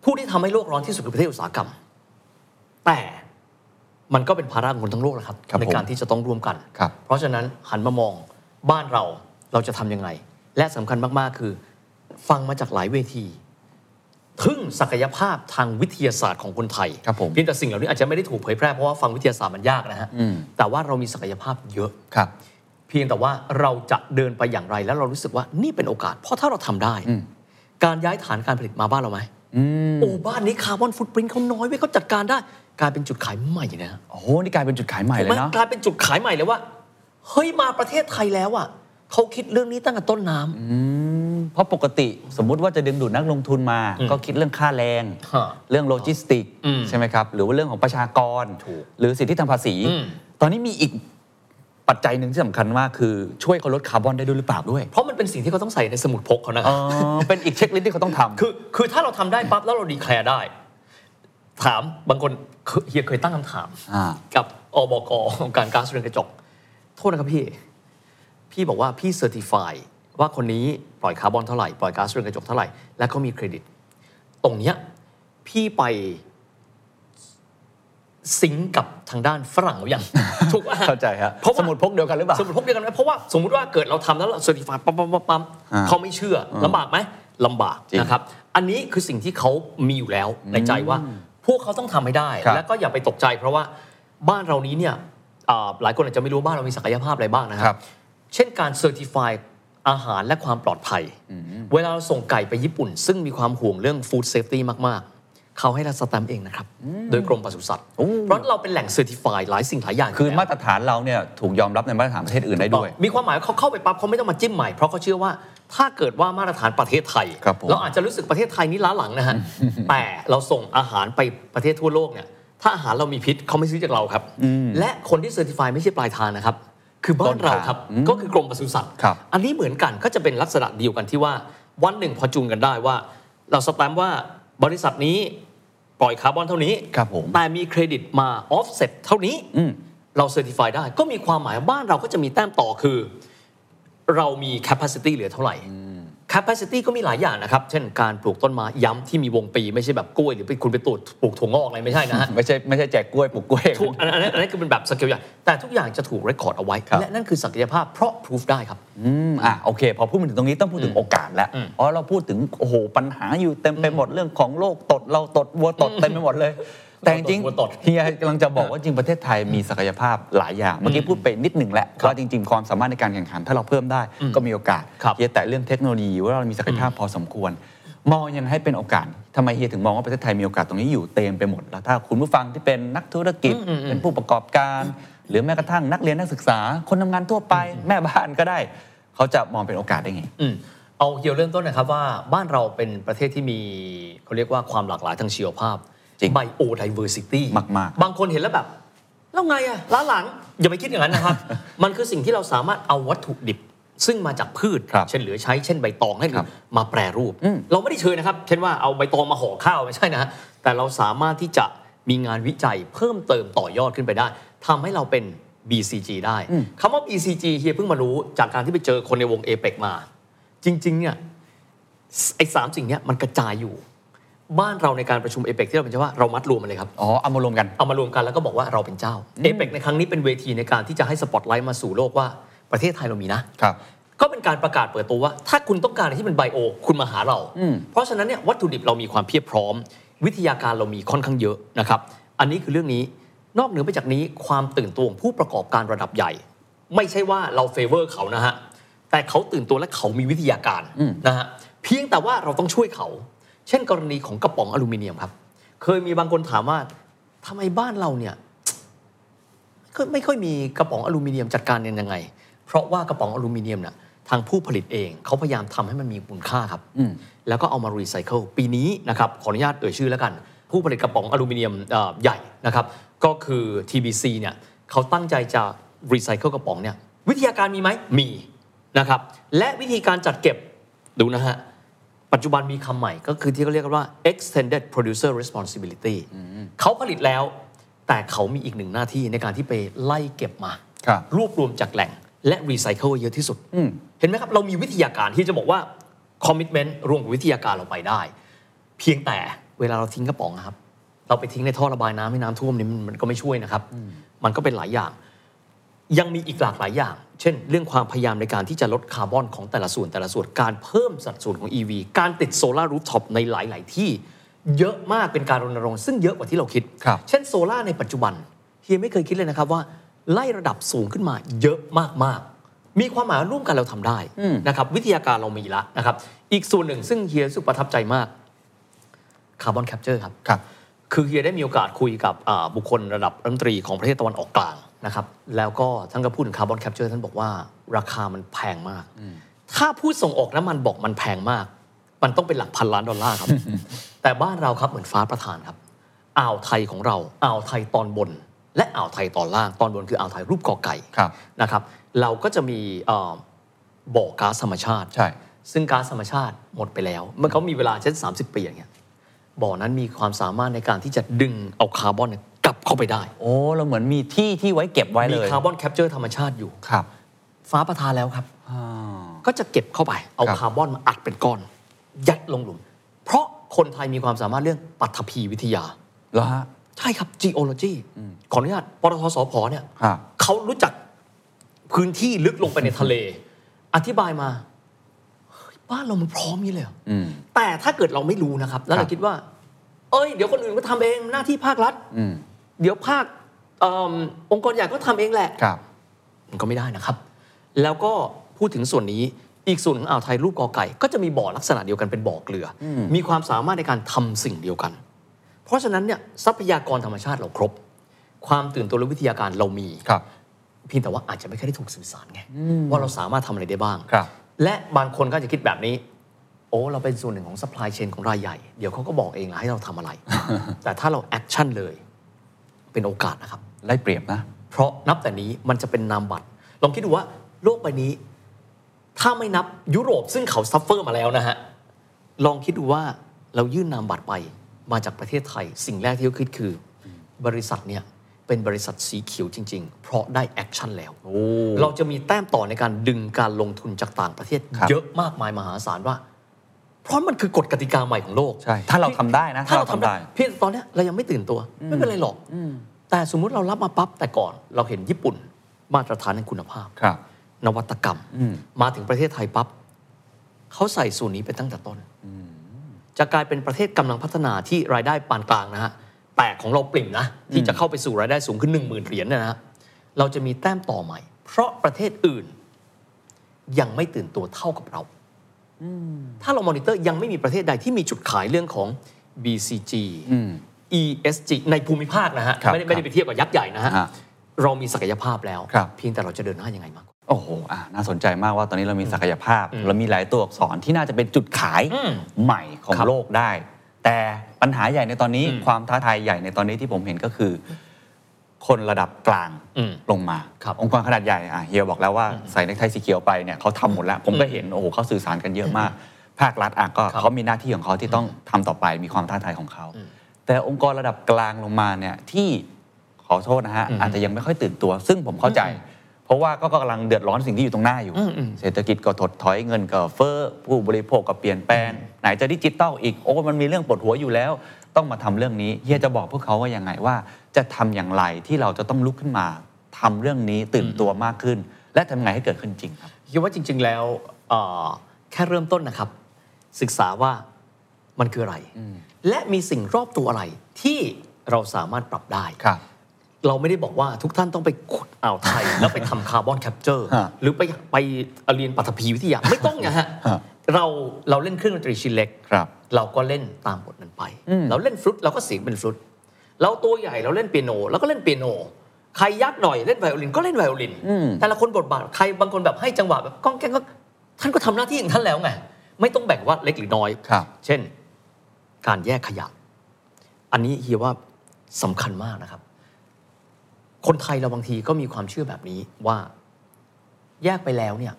ผู้ที่ทำให้โลกร้อนที่สุดคือประเทศอุตสาหกรรม แต่มันก็เป็นภาระของคนทั้งโลกนะครับ
ครับ
ใน
ผม
การที่จะต้องร่วมกัน
ครับ
เพราะฉะนั้นหันมามองบ้านเราเราจะทำยังไง และสำคัญมากๆคือ ฟังมาจากหลายเวที ทึ่งศักยภาพทางวิทยาศาสตร์ของคนไทย
ครับผม
เพียงแต่สิ่งเหล่านี้อาจจะไม่ได้ถูกเผยแพร่เพราะว่าฟังวิทยาศาสตร์มันยากนะฮะ
อืม
แต่ว่าเรามีศักยภาพเยอะ
ครับ
เพียงแต่ว่าเราจะเดินไปอย่างไร แล้วเรารู้สึกว่านี่เป็นโอกาส เพราะถ้าเราทำได้
อืม
การย้ายฐานการผลิตมาบ้านเราไหม
อืม
โอ้บ้านนี้คาร์บอนฟุตปรินต์เขาน้อยเว้ยเขาจัดการได้กลายเป็นจุดขายใหม่นะฮะ
โอ้โหนี่กลายเป็นจุดขายใหม่เล
มั
ย
น
เนาะ
กลายเป็นจุดขายใหม่เลยว่าเฮ้ยมาประเทศไทยแล้วอ่ะเขาคิดเรื่องนี้ตั้งแต่ต้นน้ำ
อืมเพราะปกติสมมุติว่าจะดึงดูดนักลงทุนมา
อืม
ก็คิดเรื่องค่าแรง
ฮะ
เรื่องโลจิสติก
อืม
ใช่ไหมครับ หรือว่าเรื่องของประชากร
ถูก
หรือสิทธิทางภาษี
อืม
ตอนนี้มีอีกปัจจัยหนึ่งที่สำคัญมากคือช่วยเขาลดคาร์บอนได้ด้วยหรือเปล่าด้วย
เพราะมันเป็นสิ่งที่เขาต้องใส่ในสมุดพกเขานะค
เอ
รับ
อ เป็นอีกเช็คลิสต์ที่เขาต้องทำ
คือคือถ้าเราทำได้ปั๊บ แล้วเราดีแคลร์ได้ ถามบางคนเคเฮียเคยตั้งคำถาม
อ่า
กับอบกของการก๊าซเรือนกระจก โทษนะครับพี่ พี่บอกว่าพี่เซอร์ติฟายว่าคนนี้ปล่อยคาร์บอนเท่าไหร่ ปล่อยก๊าซเรือนกระจกเท่าไหร่ และเขามีเครดิต ตรงเนี้ยพี่ไปซิงก์กับทางด้านฝรั่งหรือยัง ถูกป่ะ
เข้าใจครับ
เพราะว่า
สมุดพกเดียวกันหรือเปล่า
สมมติพบเดียวกันไหมเพราะว่าสมมติว่าเกิดเราทำแล้วเราเซอร์ติฟายปั๊มปั๊มปั๊มปั๊ม
อ่า
เขาไม่เชื่อลำบากไหมลำบาก
จริง
นะครับ อันนี้คือสิ่งที่เขามีอยู่แล้วในใจว่า พวกเขาต้องทำให้ได้
ครับ
แล้วก็อย่าไปตกใจ เพราะว่าบ้านเรานี้เนี่ยอ่าหลายคนอาจจะไม่รู้ว่าบ้านเรามีศักยภาพอะไรบ้างนะค
ครั
รับ
บ
เช่นการเซอร์ติฟายอาหารและความปลอดภัย เวลาเราส่งไก่ไปญี่ปุ่น ซึ่งมีความห่วงเรื่องฟู้ดเซฟตี้มาก ๆ เขาให้เราสแตมป์เองนะครับโดยกรมปศุสัตว์เพราะเราเป็นแหล่งเซอร์ติฟายหลายสิ่งหลายอย่างยู่
คือ
แล้ว
มาตรฐานเราเนี่ยถูกยอมรับในมาตรฐานประเทศอื่นได้ด้วย
มีความหมายว่าเขาเข้าไปปั๊บเขาไม่ต้องมาจิ้มใหม่ เพราะเขาเชื่อว่าถ้าเกิดว่ามาตรฐานประเทศไทย
ครับผม
เราอาจจะรู้สึกประเทศไทยนี้ล้าหลังนะฮะ แต่เราส่งอาหารไปประเทศทั่วโลกเนี่ยถ้าอาหารเรามีพิษเขาไม่ซื้อจากเราครับ และคนที่เซอร์ติฟายไม่ใช่ปลายทางนะครับ คือบ้านเราครับ
ต้นทางอืม
ก็คือกรมปศุสัตว์
ครับ
อันนี้เหมือนกันก็จะเป็นลักษณะเดียวกันที่ว่าวันหนึ่งพอจูนกันได้ว่า เราสแตมป์ว่าบริษัทนี้ปล่อยคาร์บอนเท่านี้
ครับผม
แต่มีเครดิตมาออฟเซ็ตเท่านี้
อืม
เราเซอร์ติฟายได้ก็มีความหมายว่าบ้านเราก็จะมีแต้มต่อคือ เรามี capacity เหลือเท่าไหร่ capacity ก็มีหลายอย่างนะครับ เช่นการปลูกต้นไม้ย้ำที่มีวงปี ไม่ใช่แบบกล้วย หรือไปคุณไปตูดปลูกถั่วงอกอะไรไม่ใช่ นะฮะ
ไม่ใช่ไม่ใช่แจกกล้วยปลูกกล้วย
ถูกอันนั้นอันนั้นคือเป็นแบบสเกลใหญ่แต่ทุกอย่างจะถูกเรคคอร์ดเอาไว้
ครับ
และนั่นคือศักยภาพเพราะพิสูจได้ครับ
อืมอ่ะโอเค พอพูดมาถึงตรงนี้ต้องพูดถึงโอกาสแล้ว
อืม
อ๋อเราพูดถึงโอ้โหปัญหาอยู่เต็มไปหมดเรื่องของโลกตดเราตดวัวตดเต็มไปหมดเลย แต่จริง
วัวตด
ๆเฮียกำลังจะบอกว่าจริงประเทศไทยมีศักยภาพหลายอย่างเมื่อกี้พูดไปนิดหนึ่งแหละว่าจริง ๆ ความสามารถในการแข่งขันถ้าเราเพิ่มได้ก็มีโอกาส
ครับ
เฮียแต่เรื่องเทคโนโลยีว่าเรามีศักยภาพพอสมควร มองยังไงให้เป็นโอกาสทำไมเฮียถึงมองว่าประเทศไทยมีโอกาสตรงนี้อยู่เต็มไปหมดแล้วถ้าคุณผู้ฟังที่เป็นนักธุรกิจเป็นผู้ประกอบการ หรือแม้กระทั่งนักเรียนนักศึกษา คนทำงานทั่วไป แม่บ้านก็ได้ เขาจะมองเป็นโอกาสได้ไง
อืมเอาเกี่ยวเริ่มต้นนะครับว่าบ้านเราเป็นประเทศที่มีเขาเรียกว่าความหลากหลายทางชีวภาพ
จริง
biodiversity
มากๆ
บางคนเห็นแล้วแบบ แล้วไงอะล้าหลัง อย่าไปคิดอย่างนั้นนะครับ มันคือสิ่งที่เราสามารถเอาวัตถุดิบ ซึ่งมาจากพืช
ครับ
เช่นเหลือใช้ เช่นใบตองให้
ครับ
มาแปรรูป
อืม
เราไม่ได้เชิญนะครับ เช่นว่าเอาใบตองมาห่อข้าวไม่ใช่นะฮะแต่เราสามารถที่จะมีงานวิจัยเพิ่มเติมต่อยอดขึ้นไปได้ทำให้เราเป็น BCG ได้
อืม
คำว่า BCG เฮียเพิ่งมารู้จากการที่ไปเจอคนในวงเอเปกมา จริงๆเนี่ยไอ้สามสิ่งเนี้ยมันกระจายอยู่ บ้านเราในการประชุมเอเปกที่เราเป็นเจ้าว่าเรามัดรวมมันเลยครับ
อ๋อเอามารวมกัน
เอามารวมกันแล้วก็บอกว่าเราเป็นเจ้าเอเปกในครั้งนี้เป็นเวทีในการที่จะให้สปอตไลท์มาสู่โลกว่าประเทศไทยเรามีนะ
ครับ
ก็เป็นการประกาศเปิดตัวว่า ถ้าคุณต้องการอะไรที่เป็นไบโอ คุณมาหาเรา
อืม
เพราะฉะนั้นเนี่ยวัตถุดิบเรามีความเพียบพร้อม วิทยาการเรามีค่อนข้างเยอะนะครับ อันนี้คือเรื่องนี้นอกเหนือไปจากนี้ความตื่นตัวของผู้ประกอบการระดับใหญ่ ไม่ใช่ว่าเราเฟเวอร์เขานะฮะแต่เขาตื่นตัวและเขามีวิทยาการนะฮะเพียงแต่ว่าเราต้องช่วยเขา เช่น กรณีของกระป๋องอลูมิเนียมครับ เคยมีบางคนถามว่าทำไมบ้านเราเนี่ย ก็ไม่ค่อยมีกระป๋องอลูมิเนียมจัดการเนี่ยยังไง เพราะว่ากระป๋องอลูมิเนียมน่ะทางผู้ผลิตเองเขาพยายามทำให้มันมีคุณค่าครับ
อืม
แล้วก็เอามารีไซเคิลปีนี้นะครับขออนุญาตเอ่ยชื่อแล้วกัน ผู้ผลิตกระป๋องอลูมิเนียมเอ่อใหญ่นะครับก็คือ TBC เนี่ยเขาตั้งใจจะรีไซเคิลกระป๋องเนี่ยวิทยาการมีไหมมีนะครับและวิธีการจัดเก็บดูนะฮะ ปัจจุบันมีคำใหม่ก็คือที่เขาเรียกกันว่า extended producer responsibility เขาผลิตแล้ว แต่เขามีอีกหนึ่งหน้าที่ในการที่ไปไล่เก็บมา
ครับ
รวบรวมจากแหล่งและรีไซเคิลเยอะที่สุด
อืม
เห็นไหมครับ เรามีวิทยาการที่จะบอกว่าคอมมิชเมนต์รวมกับวิทยาการเราไปได้ เพียงแต่เวลาเราทิ้งกระป๋องอะครับ เราไปทิ้งในท่อระบายน้ำให้น้ำท่วมเนี่ยมันมันก็ไม่ช่วยนะครับ มันก็เป็นหลายอย่าง ยังมีอีกหลากหลายอย่าง เช่น เรื่องความพยายามในการที่จะลดคาร์บอนของแต่ละส่วนแต่ละส่วน การเพิ่มสัดส่วนของ EV การติดโซลารูฟท็อปในหลาย ๆ ที่เยอะมากเป็นการรณรงค์ซึ่งเยอะกว่าที่เราคิด
ครับ
เช่นโซลาร์ในปัจจุบันเฮียไม่เคยคิดเลยนะครับว่า ไล่ระดับสูงขึ้นมาเยอะมากๆ มีความหมายว่าร่วมกันเราทำได้
อืม
นะครับวิทยาการเรามีละนะครับอีกส่วนหนึ่งซึ่งเฮียรู้สึกประทับใจมากคาร์บอนแคปเจอร์ครับ
ครับ
คือเฮียได้มีโอกาสคุยกับอ่าบุคคลระดับรัฐมนตรีของประเทศตะวันออกกลางนะครับ แล้วก็ท่านก็พูดถึงคาร์บอนแคปเจอร์ท่านบอกว่าราคามันแพงมาก ถ้าผู้ส่งออกน้ำมันบอกมันแพงมาก มันต้องเป็นหลักพันล้านดอลลาร์ครับ แต่บ้านเราครับเหมือนฟ้าประทานครับอ่าวไทยของเราอ่าวไทยตอนบน และอ่าวไทยตอนล่างตอนบนคืออ่าวไทยรูปกอไก่
ครับ
นะครับ เราก็จะมีเอ่อบ่อก๊าซธรรมชาติ
ใช่
ซึ่งก๊าซธรรมชาติหมดไปแล้ว มันเขามีเวลาเช่น 30 ปีอย่างเงี้ยบ่อนั้นมีความสามารถในการที่จะดึงเอาคาร์บอนเนี่ย กลับเข้าไปได้
โอ้เราเหมือนมีที่ที่ไว้เก็บไว้
มี
เลย
คาร์บอนแคปเจอร์ธรรมชาติอยู่
ครับ
ฟ้าประทานแล้วครับ
อ่า
ก็จะเก็บเข้าไป เอา
ครับ
คาร์บอนมาอัดเป็นก้อน ยัดลงหลุม เพราะคนไทยมีความสามารถเรื่องปัทภีวิทยา
เหรอฮะ
ใช่ครับ geology
อืม
ขออนุญาตปตทสพเนี่ย
ครับ
เขารู้จักพื้นที่ลึกลงไปในทะเล อธิบายมาเฮ้ยบ้านเรามันพร้อมนี้เลยเหรอ
อืม
แต่ถ้าเกิดเราไม่รู้นะครับ แล้ว
ครั
เรา
บ
คิดว่า เอ้ย เดี๋ยวคนอื่นก็ทำเองหน้าที่ภาครัฐ
อืม
เดี๋ยวภาคเอิ่มองค์กรใหญ่ก็ทำเองแหละ
ครับ
มันก็ไม่ได้นะครับ แล้วก็พูดถึงส่วนนี้ อีกส่วนหนึ่งอ่าวไทยรูปกอไก่ ก็จะมีบ่อลักษณะเดียวกันเป็นบ่อเกลืออมีความสามารถในการทำสิ่งเดียวกัน เพราะฉะนั้นเนี่ยทรัพยากรธรรมชาติเราครบ ความตื่นตัวและวิทยาการเรามี
ครับ
เพียงแต่ว่าอาจจะไม่ค่อยได้ถูกสื่อสารไงว่าเราสามารถทำอะไรได้บ้าง
ครับ
และบางคนก็จะคิดแบบนี้ โอ้เราเป็นส่วนหนึ่งของซัพพลายเชนของรายใหญ่ เดี๋ยวเขาก็บอกเองละให้เราทำอะไร แต่ถ้าเราแอคชั่นเลย เป็นโอกาสนะครับ
ไล่เปรียบนะ
เพราะนับแต่นี้มันจะเป็นนามบัตร ลองคิดดูว่าโลกใบนี้ ถ้าไม่นับยุโรปซึ่งเขาซัฟเฟอร์มาแล้วนะฮะ ลองคิดดูว่าเรายื่นนามบัตรไปมาจากประเทศไทย สิ่งแรกที่เขาคิดคืออบริษัทเนี่ยเป็นบริษัทสีเขียวจริง ๆ เพราะได้แอคชั่นแล้ว เราจะมีแต้มต่อในการดึงการลงทุนจากต่างประเทศ
ครับ
เยอะมากมายมหาศาลว่า เพราะมันคือกฎกติกาใหม่ของโลก
ใช่ ถ้าเราทำได้นะ
ถ้าเราทำได้เพียงแต่ตอนเนี้ยเรายังไม่ตื่นตัว ไม่เป็นไรหรอก แต่สมมุติเรารับมาปั๊บแต่ก่อน เราเห็นญี่ปุ่น มาตรฐานในคุณภาพ
ครับ
นวัตกรรม
อืม
มาถึงประเทศไทยปั๊บเขาใส่ส่วนนี้ไปตั้งแต่ต้น จะกลายเป็นประเทศกำลังพัฒนาที่รายได้ปานกลางนะฮะแต่ของเราปริ่มนะ ที่จะเข้าไปสู่รายได้สูงขึ้น 1 0,000 เหรียญเนยนะฮะเราจะมีแต้มต่อใหม่ เพราะประเทศอื่น ยังไม่ตื่นตัวเท่ากับเรา ถ้าเรามอนิเตอร์ยังไม่มีประเทศใดที่มีจุดขายเรื่องของ BCG
อืม
ESG ในภูมิภาคนะฮะ
ครับ
ไม่ได้ไม่ได้ไปเทียบกับยักษ์ใหญ่นะฮะ
ฮะ
เรามีศักยภาพแล้ว
ครับ
เพียงแต่เราจะเดินหน้ายังไงมากกว่า
โอ้โหอ่ะน่าสนใจมากว่าตอนนี้เรามีศักยภาพ เรามีหลายตัวอักษรที่น่าจะเป็นจุดขาย
อืม
ใหม่ของ
ครับ
โลกได้ แต่ปัญหาใหญ่ในตอนนี้
อืม
ความท้าทายใหญ่ในตอนนี้ที่ผมเห็นก็คือ คนระดับกลาง
อืม
ลงมา
ครับ
องค์กรขนาดใหญ่อ่ะเฮียบอกแล้วว่าใส่เนกไทสีเขียวไปเนี่ยเขาทำหมดแล้ว ผมก็เห็นโอ้โหเขาสื่อสารกันเยอะมาก ภาครัฐอ่ะก็
ครับ
เขามีหน้าที่ของเขาที่ต้องทำต่อไปมีความท้าทายของเขา
อืม
แต่องค์กรระดับกลางลงมาเนี่ยที่ขอโทษนะฮะ
อืม
อาจจะยังไม่ค่อยตื่นตัว ซึ่งผมเข้าใจ เพราะว่าก็กำลังเดือดร้อนสิ่งที่อยู่ตรงหน้าอยู่
อืมอืม
เศรษฐกิจก็ถดถอยเงินก็เฟ้อผู้บริโภคก็เปลี่ยนแปลง ไหนจะดิจิตอลอีกโอ้มันมีเรื่องปวดหัวอยู่แล้ว ต้องมาทำเรื่องนี้เฮียจะบอกพวกเขาว่ายังไงว่า จะทำอย่างไรที่เราจะต้องลุกขึ้นมาทำเรื่องนี้ตื่นตัวมากขึ้น และทำไงให้เกิดขึ้นจริงครับ
คิดว่าจริง ๆ แล้วเอ่อแค่เริ่มต้นนะครับ ศึกษาว่ามันคืออะไร และมีสิ่งรอบตัวอะไรที่เราสามารถปรับได้
ครับ
เราไม่ได้บอกว่าทุกท่านต้องไปขุดอ่าว ไทย แล้วไปทำคาร์บอนแคปเจอร์
ฮะ
หรือไปไปเรียนปฐพีวิทยา ไม่ต้องนะฮะ
ฮะ
เราเราเล่นเครื่องดนตรีชิ้นเล็ก
ครับ
เราก็เล่นตามบทนั้นไป
อืม
เราเล่นฟลุตเราก็เสียงเป็นฟลุต เราตัวใหญ่เราเล่นเปียโนเราก็เล่นเปียโน ใครยักษ์หน่อยเล่นไวโอลินก็เล่นไวโอลิน แต่ละคนบทบาทใครบางคนแบบให้จังหวะแบบก้องแกงก็ท่านก็ทำหน้าที่ของท่านแล้วไง ไม่ต้องแบ่งว่าเล็กหรือน้อย
ครับ
เช่น การแยกขยะ อันนี้เฮียว่าสำคัญมากนะครับ คนไทยเราบางทีก็มีความเชื่อแบบนี้ว่าแยกไปแล้วเนี่ย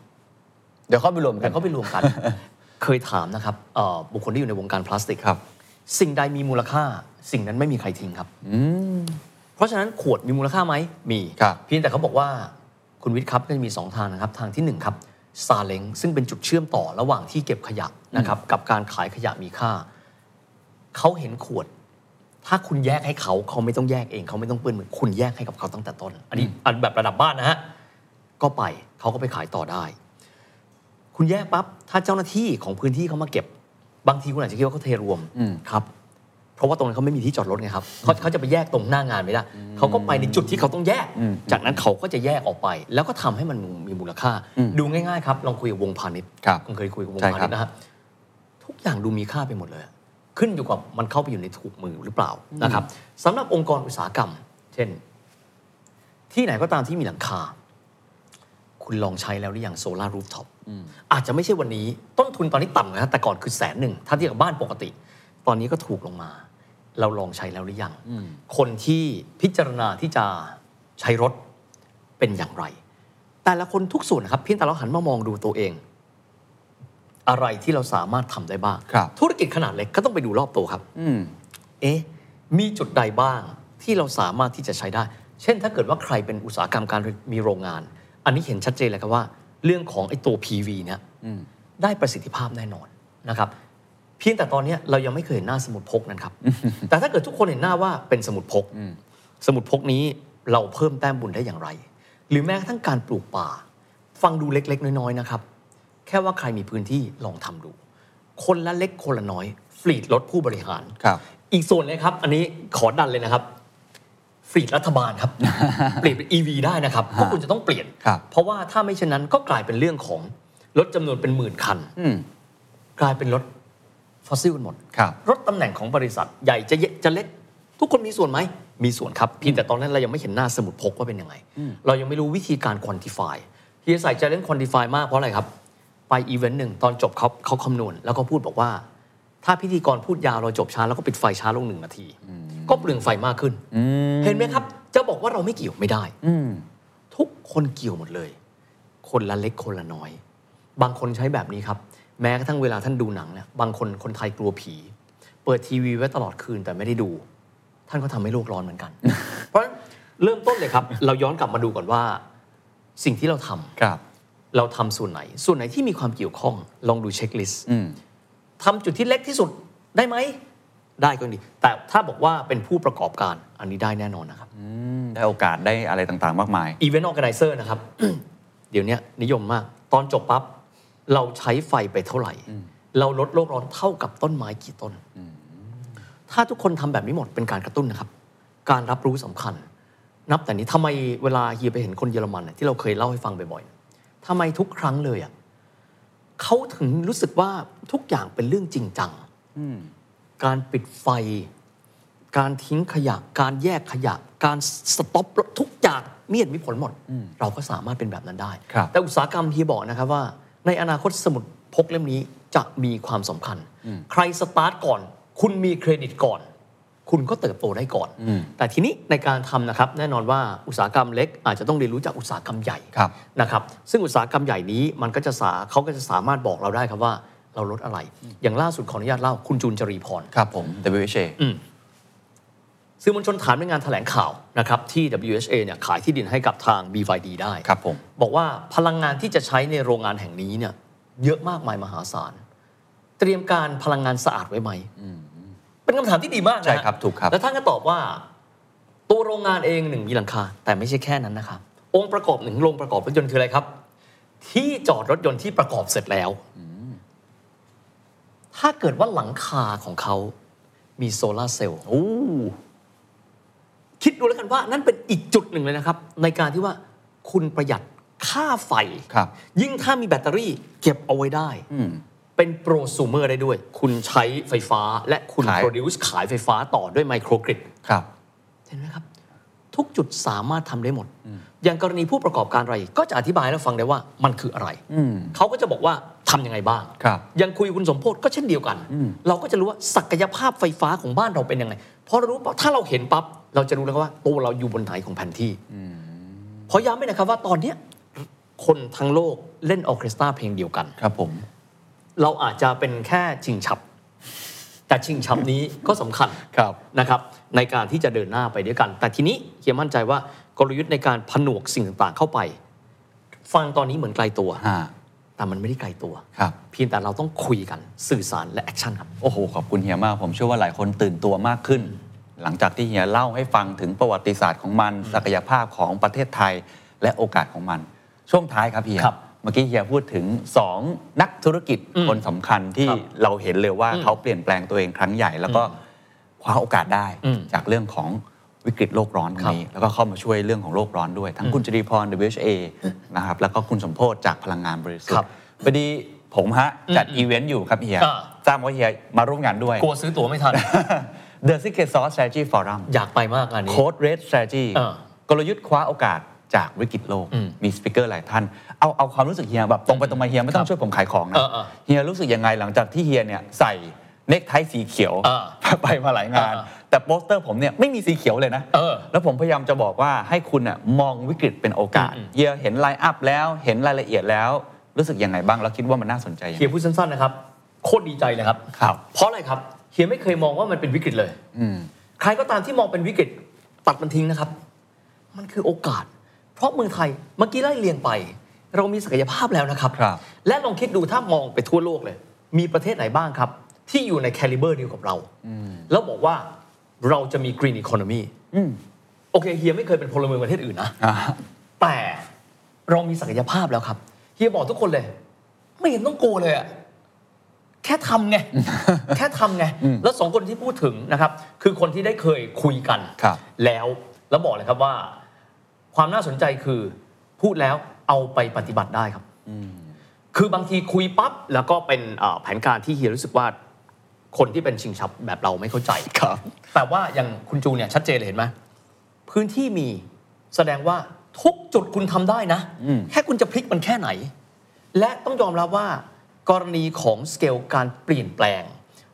เดี๋ยวเขาไปรวมกั
แต่
น
เขาไปรวมกัน เคยถามนะครับเอ่อบุคคลที่อยู่ในวงการพลาสติก
ครับ
สิ่งใดมีมูลค่า สิ่งนั้นไม่มีใครทิ้งครับ
อืม
เพราะฉะนั้นขวดมีมูลค่าไหมมี
ครับ
เพียงแต่เขาบอกว่าคุณวิทย์ครับก็จะมี 2 ทางนะครับ ทางทีหนึ่1 ครับซาเล้งซึ่งเป็นจุดเชื่อมต่อระหว่างที่เก็บขยะนะครับกับการขายขยะมีค่า เขาเห็นขวด ถ้าคุณแยกให้เขาเขาไม่ต้องแยกเอง เขาไม่ต้องเปื้อนมือคุณแยกให้กับเขาตั้งแต่ต้น อันนี้อันแบบระดับบ้านนะฮะก็ไปเขาก็ไปขายต่อได้ คุณแยกปั๊บถ้าเจ้าหน้าที่ของพื้นที่เขามาเก็บ บางทีคุณอาจจะคิดว่าเขาเทรวม
อืม
ครับ เพราะว่าตรงนั้นเขาไม่มีที่จอดรถไงครับเขาเขาจะไปแยกตรงหน้างานไม่ได้เขาก็ไปในจุดที่เขาต้องแยก
อืม
จากนั้นเขาก็จะแยกออกไป แล้วก็ทำให้มันมีมูลค่า ดูง่ายๆครับลองคุยกับวงพาณิชย์
ครับ
ผมเคยคุยกับวง
ใช่
พา
ครั
ณิช
บ
ย์นะฮะทุกอย่างดูมีค่าไปหมดเลย ขึ้นอยู่กับมันเข้าไปอยู่ในถูกมือหรือเปล่านะครับสำหรับองค์กรอุตสาหกรรม เช่น ที่ไหนก็ตามที่มีหลังคา คุณลองใช้แล้วหรือยังโซลารูฟท็อปอาจจะไม่ใช่วันนี้ต้นทุนตอนนี้ต่ำนะฮะแต่ก่อนคือแสนหนึ่งถ้าเทียบกับบ้านปกติ ตอนนี้ก็ถูกลงมา เราลองใช้แล้วหรือยัง คนที่พิจารณาที่จะใช้รถเป็นอย่างไร แต่ละคนทุกส่วนนะครับเพียงแต่เราหันมามองดูตัวเอง อะไรที่เราสามารถทำได้บ้าง
ครับ
ธุรกิจขนาดเล็กก็ต้องไปดูรอบตัวครับ
อืม
เอ๊ะ มีจุดใดบ้าง ที่เราสามารถที่จะใช้ได้ เช่น ถ้าเกิดว่าใครเป็นอุตสาหกรรมการมีโรงงาน อันนี้เห็นชัดเจนเลยครับว่า เรื่องของไอ้ตัว PV เนี่ย
อืม
ได้ประสิทธิภาพแน่นอนนะครับเพียงแต่ตอนเนี้ยเรายังไม่เคยเห็นหน้าสมุดพกนั้น ครับ แต่ถ้าเกิดทุกคนเห็นหน้าว่าเป็นสมุดพก สมุดพกนี้เราเพิ่มแต้มบุญได้อย่างไร หรือแม้กระทั่งการปลูกป่า ฟังดูเล็กๆ น้อยๆนะครับ แค่ว่าใครมีพื้นที่ลองทำดู คนละเล็กคนละน้อย ฟรีดลดผู้บริหาร
ครับ
อีกส่วนเลยครับ อันนี้ขอดันเลยนะครับฟรีดรัฐบาล ครับ เปลี่ยนเป็น EV ได้นะครับพวกคุณจะต้องเปลี่ยน
ครับ
เพราะว่าถ้าไม่เช่นนั้นก็กลายเป็นเรื่องของลดจำนวนเป็นหมื่นคัน
อืม
กลายเป็นรถฟอสซิลกันหมด
ครับ
รถตำแหน่งของบริษัทใหญ่จะเยจะเล็ก ทุกคนมีส่วนไหม มีส่วนครับเพียงแต่ตอนนั้นเรายังไม่เห็นหน้าสมุดพกว่าเป็นยังไง เรายังไม่รู้วิธีการควอนติฟายที่จะใส่ใจเรื่องควอนติฟายมากเพราะอะไรครับ ไปอีเวนต์หนึ่งตอนจบเขาเขาคำนวณ แล้วก็พูดบอกว่า ถ้าพิธีกรพูดยาวเราจบช้าแล้วก็ปิดไฟช้าลงหนึ่งนาที ก็เปลืองไฟมากขึ้น
อืม
เห็นไหมครับ จะบอกว่าเราไม่เกี่ยวไม่ได้
อืม
ทุกคนเกี่ยวหมดเลย คนละเล็กคนละน้อย บางคนใช้แบบนี้ครับ แม้กระทั่งเวลาท่านดูหนังเนี่ยบางคนคนไทยกลัวผี เปิดทีวีไว้ตลอดคืนแต่ไม่ได้ดู ท่านก็ทำให้โลกร้อนเหมือนกัน เพราะฉะนั้นเริ่มต้นเลยครับ เราย้อนกลับมาดูก่อนว่า สิ่งที่เราทำ
ครับ
เราทำส่วนไหน ส่วนไหนที่มีความเกี่ยวข้อง ลองดูเช็คลิสต์
อืม
ทำจุดที่เล็กที่สุดได้ไหม ได้ก็ดี แต่ถ้าบอกว่าเป็นผู้ประกอบการอันนี้ได้แน่นอนนะครับ
ได้โอกาสได้อะไรต่างๆ มากมาย
อีเวนต์ออแกไนเซอร์นะครับ เดี๋ยวเนี้ยนิยมมาก ตอนจบปั๊บ เราใช้ไฟไปเท่าไหร่ เราลดโลกร้อนเท่ากับต้นไม้กี่ต้น ถ้าทุกคนทำแบบนี้หมดเป็นการกระตุ้นนะครับ การรับรู้สำคัญ นับแต่นี้ทำไมเวลาเฮียไปเห็นคนเยอรมันเนี่ยที่เราเคยเล่าให้ฟังบ่อยๆทำไมทุกครั้งเลยอ่ะเขาถึงรู้สึกว่าทุกอย่างเป็นเรื่องจริงจัง
อืม
การปิดไฟ การทิ้งขยะ การแยกขยะ การสต็อปรถทุกอย่างมีเหตุมีผลหมด เราก็สามารถเป็นแบบนั้นได้
ครับ
แต่อุตสาหกรรมเฮียบอกนะครับว่า ในอนาคตสมุดพกเล่มนี้จะมีความสำคัญ ใครสตาร์ทก่อน คุณมีเครดิตก่อน คุณก็เติบโตได้ก่อน แต่ทีนี้ในการทำนะครับแน่นอนว่าอุตสาหกรรมเล็ก อาจจะต้องเรียนรู้จากอุตสาหกรรมใหญ่
ครับ
นะครับซึ่งอุตสาหกรรมใหญ่นี้มันก็จะสาเขาก็จะสามารถบอกเราได้ครับว่าเราลดอะไร อย่างล่าสุดขออนุญาตเล่าคุณจูนจรีพร
ครับผม WHA
ซึ่งมวลชนถามในงานแถลงข่าวนะครับที่ WHA เนี่ยขายที่ดินให้กับทาง BYD ได้
ครับผม
บอกว่าพลังงานที่จะใช้ในโรงงานแห่งนี้เนี่ยเยอะมากมายมหาศาล เตรียมการพลังงานสะอาดไว้ไหม เป็นคำถามที่ดีมากนะฮะ
ใช่ครับถูกครับ
แล้วท่านก็ตอบว่า ตัวโรงงานเองหนึ่งมีหลังคา แต่ไม่ใช่แค่นั้นนะครับองค์ประกอบหนึ่งโรงประกอบรถยนต์คืออะไรครับ ที่จอดรถยนต์ที่ประกอบเสร็จแล้ว ถ้าเกิดว่าหลังคาของเขามีโซลาร์เซลล์
โอ้
คิดดูแล้วกันว่านั่นเป็นอีกจุดหนึ่งเลยนะครับ ในการที่ว่าคุณประหยัดค่าไฟ
ครับ
ยิ่งถ้ามีแบตเตอรี่เก็บเอาไว้ได้
อืม
เป็นโปรซูเมอร์ได้ด้วย คุณใช้ไฟฟ้าและคุณ
ขาย
โปรดิวซ์ขายไฟฟ้าต่อด้วยไมโครกริด
ครับ
เห็นไหมครับ ทุกจุดสามารถทำได้หมด อย่างกรณีผู้ประกอบการอะไรายก็จะอธิบายให้เราฟังได้ว่ามันคืออะไร
อืม
เขาก็จะบอกว่าทำยังไงบ้าง
ครับ
ยังคุยกับคุณสมโพศ์ก็เช่นเดียวกัน เราก็จะรู้ว่าศักยภาพไฟฟ้าของบ้านเราเป็นยังไงเพราะเรารู้ปั๊บถ้าเราเห็นปั๊บเราจะรู้แล้วว่าตัวเราอยู่บนไหนของแผนที่ขอย้ำไว้นะครับว่าตอนเนี้ยคนทั้งโลกเล่นออร์เคสตราเพลงเดียวกัน
ครับผม
เราอาจจะเป็นแค่ชิงฉับ แต่ชิงฉับนี้ก็สำคัญ
ครับ
นะครับในการที่จะเดินหน้าไปด้วยกัน แต่ทีนี้เฮียมั่นใจว่ากลยุทธ์ในการผนวกสิ่งต่างๆเข้าไป ฟังตอนนี้เหมือนไกลตัว
อ่า
แต่มันไม่ได้ไกลตัว
ครับ
เพียงแต่เราต้องคุยกันสื่อสารและแอคชั่นครับ
โอ้โห ขอบคุณเฮียมาก ผมเชื่อว่าหลายคนตื่นตัวมากขึ้น หลังจากที่เฮียเล่าให้ฟังถึงประวัติศาสตร์ของมัน ศักยภาพของประเทศไทย และโอกาสของมัน ช่วงท้ายครับเฮีย
ครับ
เมื่อกี้เฮียพูดถึง 2 นักธุรกิจ
อืม
คนสำคัญที่
ครับ
เราเห็นเลยว่า
อืม
เขาเปลี่ยนแปลงตัวเองครั้งใหญ่ แล้วก็คว้าโอกาสได้
อืม
จากเรื่องของวิกฤตโลกร้อนตรงนี้ แล้วก็เข้ามาช่วยเรื่องของโลกร้อนด้วย ทั้งคุณจรีพร WHA นะครับแล้วก็คุณสมโพศจากพลังงานบริสุท
ครับ
ธิ์พอดีผมฮะจัดอีเวนต์อยู่ครับเฮีย
อ่า
ทราบว่าเฮียมาร่วมงานด้วย
กลัวซื้อตั๋วไม่ทัน
The Secret Sauce Strategy Forum
อยากไปมากงานนี้
โค้ด Red Strategy
เออก
ลยุทธ์คว้าโอกาสจากวิกฤตโลก
อืม
มีสปิเกอร์หลายท่าน เอาเอาความรู้สึกเฮียแบบตรงไปตรงมาเฮียไม่ต้อ
ค
ง
รับ
ช่วยผมขายของนะ
เออเออ
เฮียรู้สึกยังไงหลังจากที่เฮียเนี่ยใส่เนคไทสีเขียว
เออ
ไปมาหลายงาน
เออเออ
แต่โปสเตอร์ผมเนี่ยไม่มีสีเขียวเลยนะ
เออ
แล้วผมพยายามจะบอกว่าให้คุณน่ะมองวิกฤตเป็นโอกาส
อืมอืม
เฮียเห็นไลน์อัพแล้วเห็นรายละเอียดแล้ว รู้สึกยังไงบ้างแล้วคิดว่ามันน่าสนใจยัง
เฮี
ไง
ยพูดสั้นๆนะครับ โคตรดีใจเลยครับ
ครับ
เพราะอะไรครับเฮียไม่เคยมองว่ามันเป็นวิกฤตเลย
อืม
ใครก็ตามที่มองเป็นวิกฤต ตัดมันทิ้งนะครับ มันคือโอกาส เพราะเมืองไทยเมื่อกี้ไล่เรียงไป เรามีศักยภาพแล้วนะครับ
ครับ
และลองคิดดูถ้ามองไปทั่วโลกเลย มีประเทศไหนบ้างครับ ที่อยู่ในแคลิเบอร์เดียวกับเรา แล้วบอกว่าเราจะมีกรีนอีโคโนมี
อืม
โอเคเฮียไม่เคยเป็นพลเมืองประเทศอื่นนะ
อ่า
แต่เรามีศักยภาพแล้วครับเฮียบอกทุกคนเลย ไม่เห็นต้องกลัวเลยอะแค่ท ำไง แค่ทำไง แล้วสองคนที่พูดถึงนะครับ คือคนที่ได้เคยคุยกัน
ครับ
แล้วแล้วบอกเลยครับว่า ความน่าสนใจคือพูดแล้วเอาไปปฏิบัติได้ครับ คือบางทีคุยปั๊บ แล้วก็เป็นเอ่อแผนการที่เฮียรู้สึกว่าคนที่เป็นชิงชับแบบเราไม่เข้าใจ
ครับ
แต่ว่าอย่างคุณจูเนี่ยชัดเจนเลยเห็นไหมพื้นที่มีแสดงว่าทุกจุดคุณทำได้นะ
อืม
แค่คุณจะพลิกมันแค่ไหน และต้องยอมรับว่ากรณีของสเกลการเปลี่ยนแปลง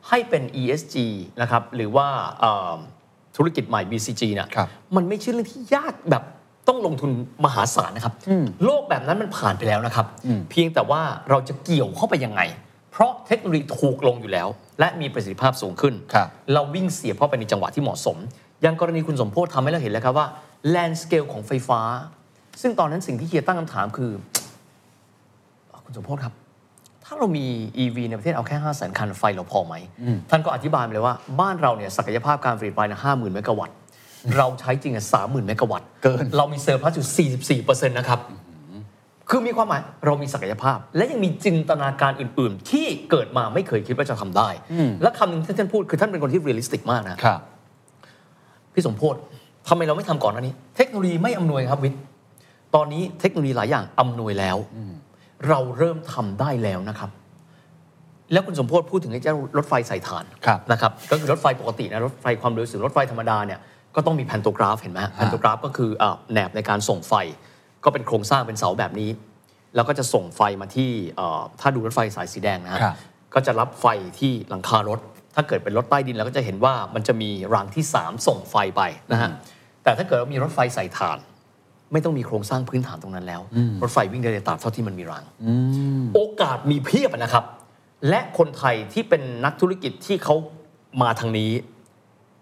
ให้เป็น ESG นะครับหรือว่าเอ่อธุรกิจใหม่ BCG เนี่ย
ครับ
มันไม่ใช่เรื่องที่ยากแบบต้องลงทุนมหาศาลนะครับ
อืม
โลกแบบนั้นมันผ่านไปแล้วนะครับ
อืม
เพียงแต่ว่าเราจะเกี่ยวเข้าไปยังไง เพราะเทคโนโลยีถูกลงอยู่แล้ว และมีประสิทธิภาพสูงขึ้น
ครับ
เราวิ่งเสียบเข้าไปในจังหวะที่เหมาะสม อย่างกรณีคุณสมโพธทำให้เราเห็นแล้วครับว่าแลนด์สเกลของไฟฟ้า ซึ่งตอนนั้นสิ่งที่เฮียตั้งคำถามคือ คุณสมโพธครับ ถ้าเรามี EV ในประเทศเอาแค่ 5 0 0 0 0 คันไฟเราพอไหม ท่านก็อธิบายมาเลยว่าบ้านเราเนี่ยศักยภาพการผลิตไฟนะ50,000 เมกะวัตต์ เราใช้จริงอ่ะ30,000 เมกะวัตต์
เกิน
เรามีเซอร์พลัสอยู่ 44%นะครับ คือมีความหมายเรามีศักยภาพ และยังมีจินตนาการอื่น ๆ ที่เกิดมาไม่เคยคิดว่าจะทำได้ และคำหนึ่งที่ท่านพูดคือท่านเป็นคนที่เรียลลิสติกมากนะ
ครับ
พี่สมโพศทำไมเราไม่ทำก่อนอันนี้ เทคโนโลยีไม่อำนวยครับวิทย์ตอนนี้เทคโนโลยีหลายอย่างอำนวยแล้ว เราเริ่มทำได้แล้วนะครับ แล้วคุณสมโพศพูดถึงไอ้เจ้ารถไฟสายฐาน
ครับ
นะครับ ก็คือรถไฟปกตินะรถไฟความเร็วสูงรถไฟธรรมดาเนี่ยก็ต้องมีแพนโตกราฟเห็นไหมฮะแพนโตกราฟก็คืออ่าแหนบในการส่งไฟ ก็เป็นโครงสร้างเป็นเสาแบบนี้ แล้วก็จะส่งไฟมาที่เอ่อถ้าดูรถไฟสายสีแดงนะฮะ
ครับ
ก็จะรับไฟที่หลังคารถ ถ้าเกิดเป็นรถใต้ดินเราก็จะเห็นว่ามันจะมีรางที่ 3 ส่งไฟไปนะฮะ แต่ถ้าเกิดว่ามีรถไฟใส่ฐาน ไม่ต้องมีโครงสร้างพื้นฐานตรงนั้นแล้ว รถไฟวิ่งได้ในตามเท่าที่มันมีราง โอกาสมีเพียบนะครับ และคนไทยที่เป็นนักธุรกิจที่เขามาทางนี้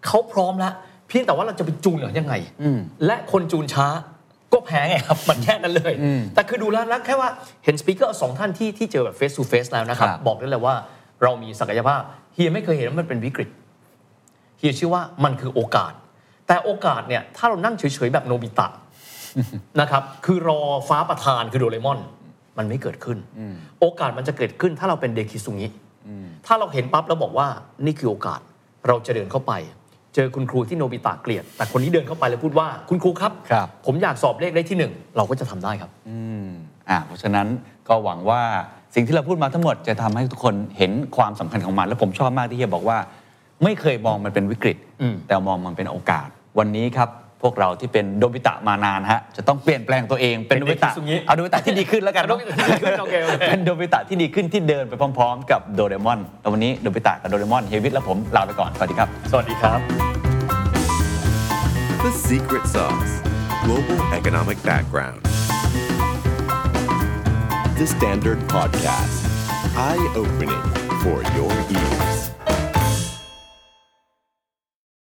เขาพร้อมแล้ว เพียงแต่ว่าเราจะไปจูนเหรือยังไง
อืม
และคนจูนช้าก็แพ้ไงครับ มันแค่นั้นเลย
อืม
แต่คือดูแล้วนะแค่ว่าเห็นสปีกเกอร์สองท่านที่ที่เจอแบบ face to face แล้วนะครับ
ครับ
บอกได้เลยว่าเรามีศักยภาพเฮียไม่เคยเห็นว่ามันเป็นวิกฤตเฮียเชื่อว่ามันคือโอกาส แต่โอกาสเนี่ย ถ้าเรานั่งเฉยๆ แบบโนบิตะ นะครับ คือรอฟ้าประทานคือโดเรมอน มันไม่เกิดขึ้น โอกาสมันจะเกิดขึ้นถ้าเราเป็นเด็กคิสุงิถ้าเราเห็นปั๊บแล้วบอกว่านี่คือโอกาส เราจะเดินเข้าไป เจอคุณครูที่โนบิตะเกลียด แต่คนนี้เดินเข้าไปแล้วพูดว่าคุณครูครับ
ครับ
ผมอยากสอบเลขได้ที่หนึ่งเราก็จะทำได้ครับ
อืมอ่าเพราะฉะนั้นก็หวังว่าสิ่งที่เราพูดมาทั้งหมดจะทำให้ทุกคนเห็นความสำคัญของมัน และผมชอบมากที่เฮียบอกว่า ไม่เคยมองมันเป็นวิกฤต
อืม
แต่มองมันเป็นโอกาส วันนี้ครับ พวกเราที่เป็นโดบิตะมานานฮะจะต้องเปลี่ยนแปลงตัวเองเป็นโดบิตะเอาโดบิตะที่ดีขึ้นแล้วกัน
โด
เนาะ
บิตะที่ดีขึ้นโอเคโอเค
เป็นโดบิตะที่ดีขึ้นที่เดินไปพร้อมๆ กับโดเรมอนแต่วันนี้โดบิตะกับโดเรมอนเฮียวิทย์และผมลาไปก่อนสวัสดีครับ
สวัสดีครับ
The Secret Sauce Global Economic Background. The Standard Podcast. Eye opening for your ears.